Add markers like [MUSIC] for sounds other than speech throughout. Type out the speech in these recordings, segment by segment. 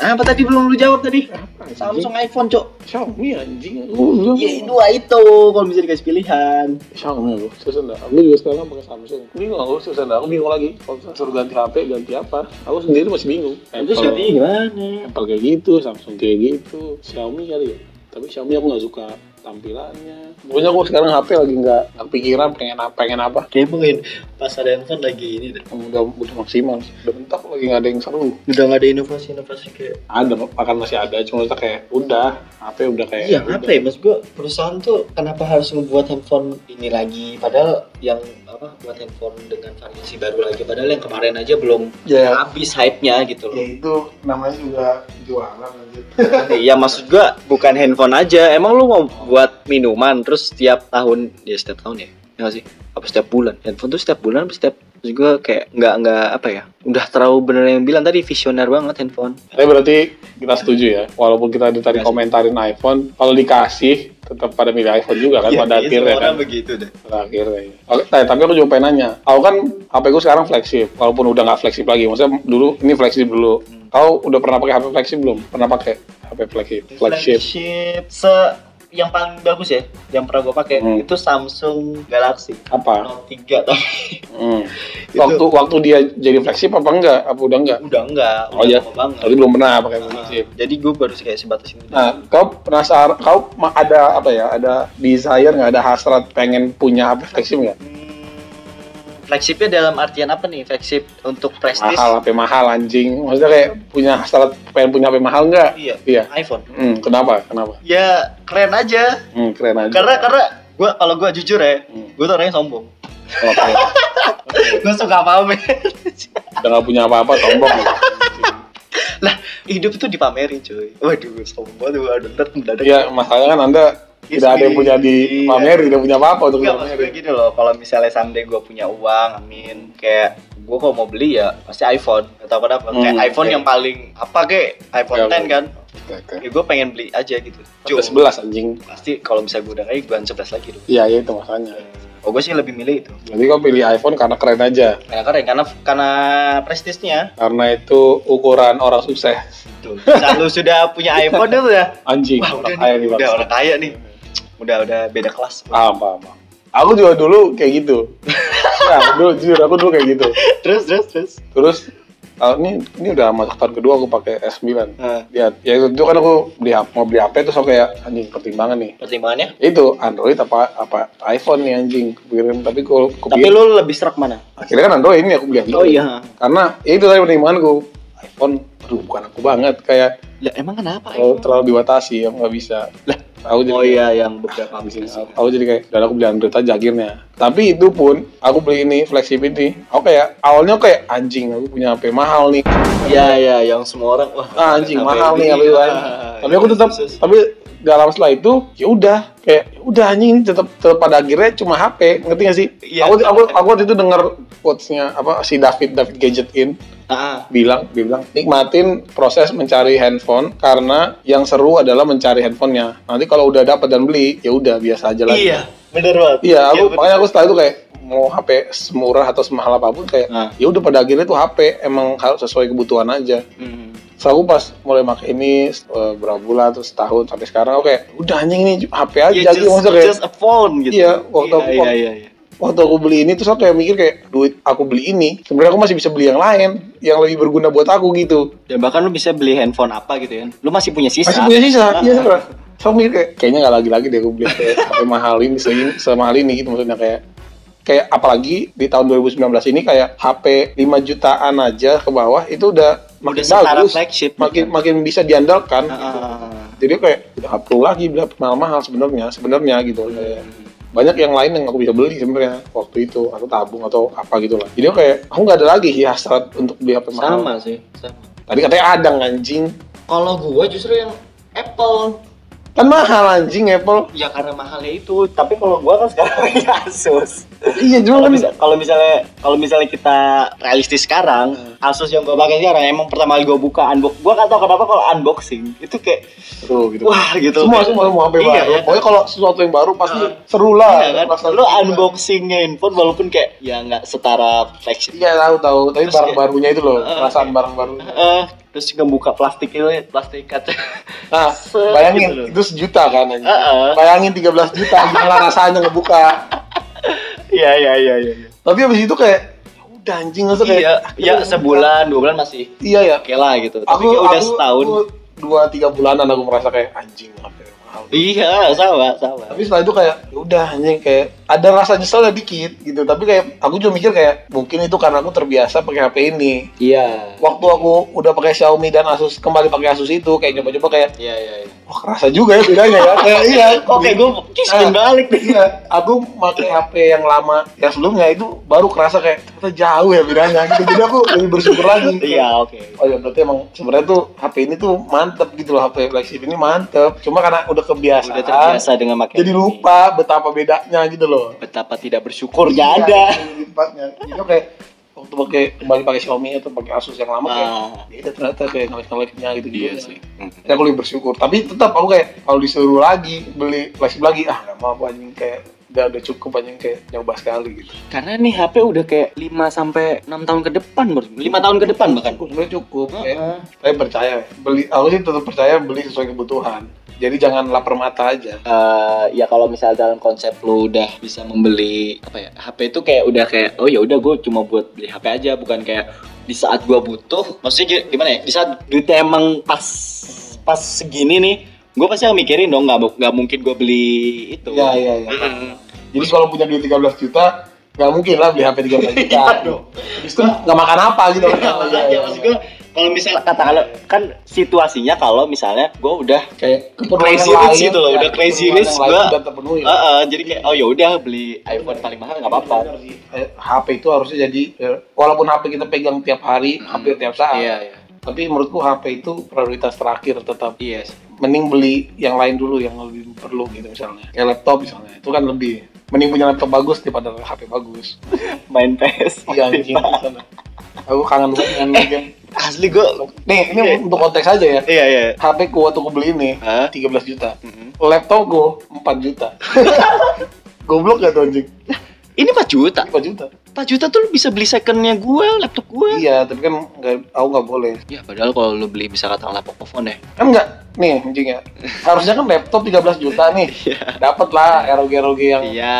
Apa tadi belum lu jawab tadi? Apa, Samsung iPhone, Cok. Xiaomi anjing. Iya, Lu Ya dua itu kalau bisa dikasih pilihan. Xiaomi aku, susah enggak? Aku juga sekarang pakai Samsung. Bingung aku, susah enggak? Aku bingung lagi. Kalau misalnya suruh ganti HP, ganti apa? Aku sendiri masih bingung. Terus Apple- ganti gimana? Apple kayak gitu, Samsung kayak gitu, Xiaomi kali ya. Tapi Xiaomi aku nggak suka tampilannya. Pokoknya aku sekarang HP lagi nggak nggak kepikiran pengen apa pengen apa. Kayaknya mungkin pas ada handphone lagi ini deh. Udah udah maksimal. Udah mentok lagi nggak ada yang seru. Udah nggak ada inovasi-inovasi kayak Ada bahkan masih ada, cuma kita kayak udah HP udah kayak. Iya, Eh, udah. apa ya? Mas gue perusahaan tuh kenapa harus membuat handphone ini lagi? Padahal yang apa buat handphone dengan variasi baru lagi. Padahal yang kemarin aja belum Ya, habis hype-nya gitu Ya loh. itu namanya juga jualan anjir. Iya, maksud gue bukan handphone aja. Emang lu mau buat minuman terus setiap tahun ya setiap tahun ya? Ya nggak sih? Apa setiap bulan? Handphone tuh setiap bulan apa setiap Maksud gue kayak nggak nggak apa ya? Udah terlalu bener yang bilang tadi visioner banget handphone. Tapi berarti kita setuju ya, walaupun kita Kasih. tadi komentarin iPhone, kalau dikasih tetap pada milih iPhone juga Iya, kan pada akhirnya kan. begitu deh. Pada akhirnya. iya. Oke, nah, tapi aku juga pengen nanya, aku kan HP ku sekarang flagship, walaupun udah nggak flagship lagi. Maksudnya dulu ini flagship dulu. Kau udah pernah pakai HP flagship belum? Pernah pakai HP flagship? Flagship. se yang paling bagus ya yang pernah gue pakai Hmm. itu Samsung Galaxy Apa? Note 3 tapi Hmm. Itu- Waktu waktu dia jadi flagship apa enggak? Apa udah enggak? udah enggak udah Oh, iya. lama banget Tapi belum pernah pakai Nah, flagship. jadi gue baru kayak sebatas ini Nah, kau penasaran, kau ma- ada apa ya? Ada desire nggak? Ada hasrat pengen punya HP flagship nggak? Hmm, flagshipnya dalam artian apa nih flagship untuk prestis mahal HP mahal anjing maksudnya kayak punya hasrat pengen punya HP mahal nggak iya iya iPhone hmm, kenapa kenapa ya keren aja hmm, keren aja karena karena gue kalau gue jujur ya Hmm, gue tuh orangnya [LAUGHS] sombong oke. gue suka ya. pamer udah nggak punya apa-apa sombong hidup tuh dipamerin cuy waduh sombong tuh waduh ntar mendadak iya masalahnya kan anda tidak ada yang punya di pamer tidak punya apa-apa untuk Enggak, maksud gue pamer gini loh, kalau misalnya someday gue punya uang, amin Kayak gue kalau mau beli ya pasti iPhone Gak tau kenapa, kayak Hmm, iPhone oke. Ya, yang paling apa kek, iPhone Oke, 10 kan oke Ya gue pengen beli aja gitu udah Cuma sebelas anjing pasti kalau misalnya gue udah kayak gue 11 lagi dong iya iya itu masalahnya Oh gue sih lebih milih itu jadi kau pilih iPhone karena keren aja Karena keren, karena, karena prestisnya karena itu ukuran orang sukses Tuh, saat [LAUGHS] lu sudah punya iPhone tuh udah anjing Wah udah orang kaya nih, di udah bangsa. Iya, orang kaya Ah. nih Udah, udah beda kelas paham paham paham. aku juga dulu kayak [LAUGHS] gitu nah, dulu jujur aku dulu kayak gitu Terus, terus, terus terus tahun ini ini udah masuk tahun kedua aku pakai S9 Nah, ya ya itu itu kan aku beli hap- mau beli HP terus aku kayak anjing pertimbangan nih Pertimbangannya? itu Android apa apa iPhone nih anjing kupikirin tapi aku, aku Tapi pikir- lu iya. lebih serak mana? akhirnya kan Android ini aku beli Oh, Android karena ya itu tadi pertimbanganku iPhone aduh bukan aku banget kayak Ya emang kenapa terlalu, terlalu dibatasi aku nggak bisa lah aku jadi Oh iya yang beberapa Habis ini aplikasi. aku, aku jadi kayak dan aku beli Android aja akhirnya. Tapi itu pun aku beli ini flagship ini. Aku kayak awalnya aku kayak anjing aku punya HP mahal nih. Iya iya yang semua orang wah Ah, anjing HP mahal ini, nih HP lain. ah, Tapi aku iya, tetap sus. tapi gak lama setelah itu ya udah kayak ya udah anjing ini tetap, tetap pada akhirnya cuma HP ngerti gak sih? Iya. Aku aku aku waktu itu denger quotes-nya apa si David David Gadgetin Ah, bilang dia bilang nikmatin proses mencari handphone karena yang seru adalah mencari handphonenya. Nanti kalau udah dapat dan beli ya udah biasa aja ah. lagi. Iya, bener banget. Iya, aku bener. makanya aku setelah itu kayak mau HP semurah atau semahal apapun kayak Nah. ya udah pada akhirnya tuh HP emang harus sesuai kebutuhan aja. Hmm. So aku pas mulai pakai ini eh, berapa bulan terus setahun sampai sekarang oke udah anjing ini HP aja Ya, just, gitu maksudnya kayak just a phone gitu. Iya, waktu aku- iya, iya, iya. waktu aku beli ini terus aku kayak mikir kayak duit aku beli ini sebenarnya aku masih bisa beli yang lain yang lebih berguna buat aku gitu Dan bahkan lu bisa beli handphone apa gitu kan. Lu masih punya sisa. masih punya sisa iya sebenarnya. So aku mikir kayak kayaknya nggak lagi lagi deh aku beli kayak HP mahal ini segini semahal ini gitu maksudnya kayak kayak apalagi di tahun 2019 ini kayak HP 5 jutaan aja ke bawah itu udah makin Udah setara bagus flagship. gitu. makin makin bisa diandalkan Ah, gitu. ah, ah. jadi kayak udah nggak perlu lagi beli HP mahal-mahal sebenarnya sebenarnya Hmm. gitu Kayak banyak yang lain yang aku bisa beli sebenarnya waktu itu atau tabung atau apa gitu lah jadi aku kayak aku nggak ada lagi sih hasrat untuk beli HP mahal Sama sih, sama. tadi katanya ada anjing Kalau gua justru yang Apple kan mahal anjing [LAUGHS] Apple ya karena mahalnya itu tapi kalau gua kan sekarang [LAUGHS] punya Asus iya cuma kalau kan bisa kalau misalnya kalau misalnya kita realistis sekarang Hmm. Asus yang gue pakai sekarang emang pertama kali gue buka unbox gue gak tau kenapa kalau unboxing itu kayak seru gitu. wah gitu semua semua semua HP Iya, baru. iya. Pokoknya kalau sesuatu yang baru pasti Nah. seru lah. Iya kan? Perasaan Lu seru lah. unboxingnya handphone walaupun kayak ya nggak setara flagship. Iya tahu tahu. Tapi Terus barang barunya itu loh, kayak- perasaan barang baru. Eh, terus ngebuka plastik itu plastik kaca Nah, Set gitu loh. bayangin itu sejuta kan anjing. Heeh. Bayangin 13 juta gimana rasanya ngebuka. [LAUGHS] iya iya iya iya Tapi habis itu kayak ya udah anjing masa kayak iya iya sebulan dua bulan masih Iya ya. oke lah gitu tapi kayak udah setahun aku dua tiga bulanan aku merasa kayak anjing apa ya, mahal. iya sama sama Tapi setelah itu kayak "Ya udah anjing kayak ada rasa nyeselnya dikit gitu. Tapi kayak aku juga mikir kayak mungkin itu karena aku terbiasa pakai HP ini. iya Waktu aku udah pakai Xiaomi dan Asus kembali pakai Asus itu kayak coba-coba kayak iya iya iya wah kerasa juga ya bedanya ya. Kayak iya. [LAUGHS] oke gue kisin Ah. balik nih Iya, aku pakai HP yang lama yang sebelumnya itu baru kerasa kayak ternyata jauh ya bedanya gitu. Jadi aku lebih bersyukur lagi. iya oke Oh ya berarti emang sebenarnya tuh HP ini tuh mantep gitu loh HP flagship ini mantep. Cuma karena udah kebiasaan, udah terbiasa dengan makin jadi lupa betapa bedanya gitu loh. betapa tidak Iya, bersyukurnya Iya, ada Lipatnya. Jadi kayak waktu pakai kembali pakai Xiaomi atau pakai Asus yang lama kayak Ah. beda ternyata kayak ngelek-ngeleknya gitu gitu. Iya sih. Jadi aku lebih bersyukur. Tapi tetap aku kayak kalau disuruh lagi beli flagship lagi ah nggak mau aku anjing kayak udah udah cukup anjing kayak nyoba sekali gitu. Karena nih HP udah kayak 5 sampai 6 tahun ke depan, Bro. 5 tahun ke depan bahkan. Cukup sebenarnya cukup. kayak Heeh. Saya percaya beli aku sih tetap percaya beli sesuai kebutuhan. Jadi jangan lapar mata aja. Eh, ya kalau misalnya dalam konsep lu udah bisa membeli apa ya HP itu kayak udah kayak oh ya udah gue cuma buat beli HP aja bukan kayak di saat gue butuh maksudnya gi- gimana ya di saat duitnya emang pas pas segini nih gue pasti yang mikirin dong nggak mu- nggak mungkin gue beli itu Iya iya iya. Jadi kalau punya duit 13 juta nggak mungkin lah beli HP 13 juta. Iya dong. Habis itu nggak makan apa gitu. Iya, makanya maksud gue kalau misalnya katakanlah kan situasinya kalau misalnya gue udah kayak keperluan Crazy yang rich lain, gitu loh, ya, udah crazy keperluan rich yang lain gua. udah terpenuhi. Heeh, jadi kayak oh ya udah beli iPhone paling mahal nggak apa-apa. Eh, HP itu harusnya jadi eh, walaupun HP kita pegang tiap hari, hampir tiap saat. iya. Tapi menurutku HP itu prioritas terakhir tetap. Iya. sih. Mending beli yang lain dulu yang lebih perlu gitu misalnya. Kayak laptop misalnya, itu kan lebih. Mending punya laptop bagus daripada HP bagus. Main PS. [LAUGHS] Iya anjing di sana. Aku kangen banget dengan game. Asli gue. Nih, ini untuk konteks aja ya. Iya iya. HP ku waktu ku beli ini Hah? Hmm. 13 juta. Laptop ku 4 juta. Goblok gak tuh anjing? Ini 4 juta. 4 juta. 4 juta tuh lu bisa beli secondnya gue, laptop gue. Iya, tapi kan nggak, aku nggak boleh. Ya padahal kalau lu beli bisa katakanlah Pocophone ya. Kan nggak, nih anjing ya. Harusnya kan laptop 13 juta nih. Dapat lah ROG ROG yang Iya,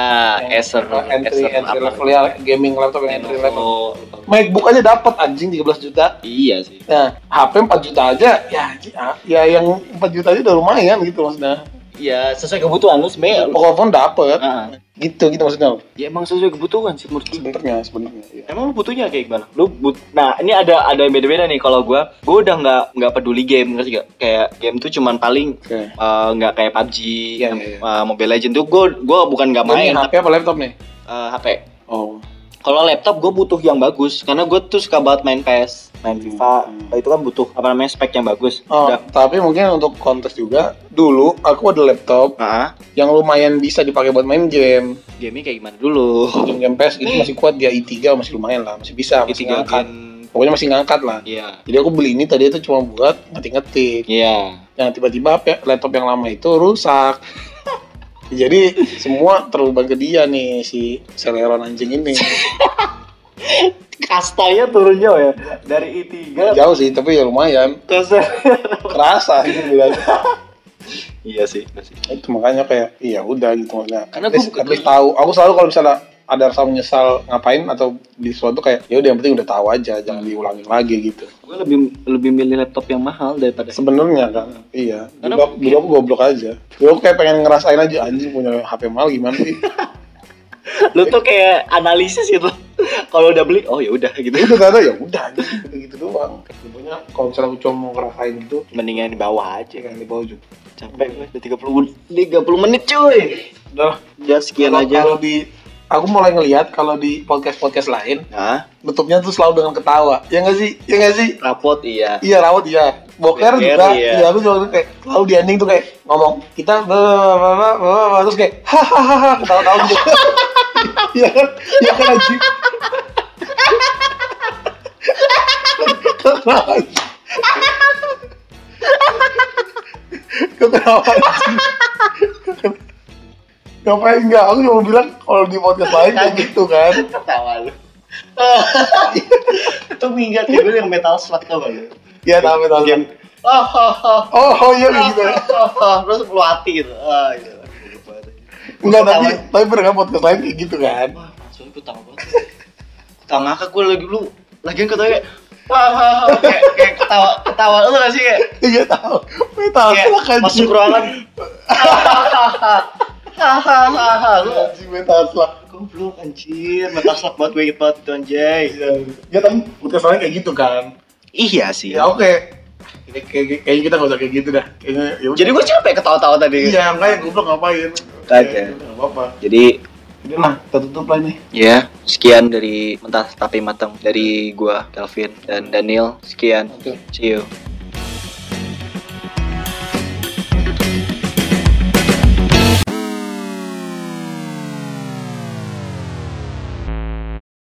yang Acer. entry Acer entry apa? level ya gaming laptop yang entry level. Lenovo. MacBook aja dapat anjing 13 juta. Iya sih. Nah, HP 4 juta aja, ya, anjing, ah, ya yang 4 juta aja udah lumayan gitu maksudnya. Iya, sesuai kebutuhan lu sebenarnya. Ya, lu- Pokoknya dapet, Ah. gitu gitu maksudnya. Ya emang sesuai kebutuhan sih menurut gue. Sebenarnya, sebenarnya. iya. Emang lu butuhnya kayak gimana? Lu but nah ini ada ada yang beda-beda nih kalau gua. Gua udah nggak nggak peduli game ngerti gak? Kayak game tuh cuman paling Oke. eh, nggak kayak PUBG, Iya, yang, iya. eh, Mobile Legend tuh gua gua bukan nggak Ini main tapi HP apa laptop nih? eh, HP. Oh. Kalau laptop gue butuh yang bagus karena gue tuh suka banget main PS, main FIFA. Itu kan butuh apa namanya spek yang bagus. Hmm. Nah, Oh, Udah. tapi mungkin untuk kontes juga, dulu aku ada laptop Heeh. yang lumayan bisa dipakai buat main game. Gamenya kayak gimana dulu? Game, -game PS gitu Hmm. masih kuat dia i3 masih lumayan lah, masih bisa, masih Ketiga ngangkat. gen. Pokoknya masih ngangkat lah. kan. Iya. Jadi aku beli ini tadi itu cuma buat ngetik-ngetik. Iya. Nah, tiba-tiba HP- laptop yang lama itu rusak. [LAUGHS] Jadi semua terubah ke dia nih si seleron anjing ini. Kastanya turun jauh ya dari i3 Jauh sih, tapi ya [LAUGHS] lumayan. ke Kerasa gitu bilangnya. Iya sih, iya sih. itu makanya kayak iya udah gitu maksudnya Karena gua karena at least, bukan- at least tahu aku selalu kalau misalnya ada rasa menyesal ngapain atau di sesuatu kayak ya udah yang penting udah tahu aja jangan diulangin lagi gitu Gue lebih lebih milih laptop yang mahal daripada sebenarnya kan iya Karena dulu, aku- dulu aku goblok aja dulu aku kayak pengen ngerasain aja anjing punya HP mahal gimana sih lu tuh kayak analisis gitu. Kalau udah beli, oh ya udah gitu. itu ternyata ya udah anjing gitu, gitu doang pokoknya kalau misalnya aku cuma mau ngerasain gitu Mendingan di bawah aja. jangan di bawah juga Capek gue udah 30 menit, 30 menit cuy. udah lah. Udah sekian Kalau- aja. kalau di aku mulai ngelihat kalau di podcast podcast lain Nah, nutupnya tuh selalu dengan ketawa ya nggak sih ya nggak sih rapot iya. Iya rawat iya. Boker Boker, juga. iya. Iya. aku juga kayak lalu di ending tuh kayak ngomong kita bawa terus kayak hahaha ketawa-tawa gitu. [LAUGHS] Iya kan? Iya kan anjing. Kok ketawa, anjing? Kok ketawa anjing? Ngapain enggak? Aku cuma bilang kalau di podcast lain kayak gitu kan. Oh. [LAUGHS] Ketawa lu. itu minggat ya gue yang metal slug tau gak lu? Iya tahu tahu. Game. Oh, oh, oh, Oh, oh iya oh, gitu. oh, oh. terus perlu hati gitu. Ah, gitu. Enggak tapi tapi pernah nggak podcast lain kayak gitu kan? Wah, langsung gue tahu banget. Tahu ngakak gue lagi lu lagi ketawa kayak wah, wah, wah, kayak, kayak ketawa ketawa lu gak sih kayak Iya tahu. Gue tahu kayak lah kan. masuk ruangan. Hahaha. Hahaha. Lu Anjing mental slap. goblok anjir, mata slap banget gue inget banget itu anjay. Ya tapi podcast lain kayak gitu kan. Iya sih. Ya oke. Kayak- kayak- Kayaknya kita nggak usah kayak gitu dah. Kayaknya ya udah. Jadi gue capek ketawa-tawa tadi. Iya, enggak ya goblok ngapain. Kagak. Enggak apa-apa. Jadi Udah lah, kita tutup lah nih. Ya, sekian dari Mentah Tapi Matang dari gua Kelvin dan Daniel. Sekian. Oke. See you.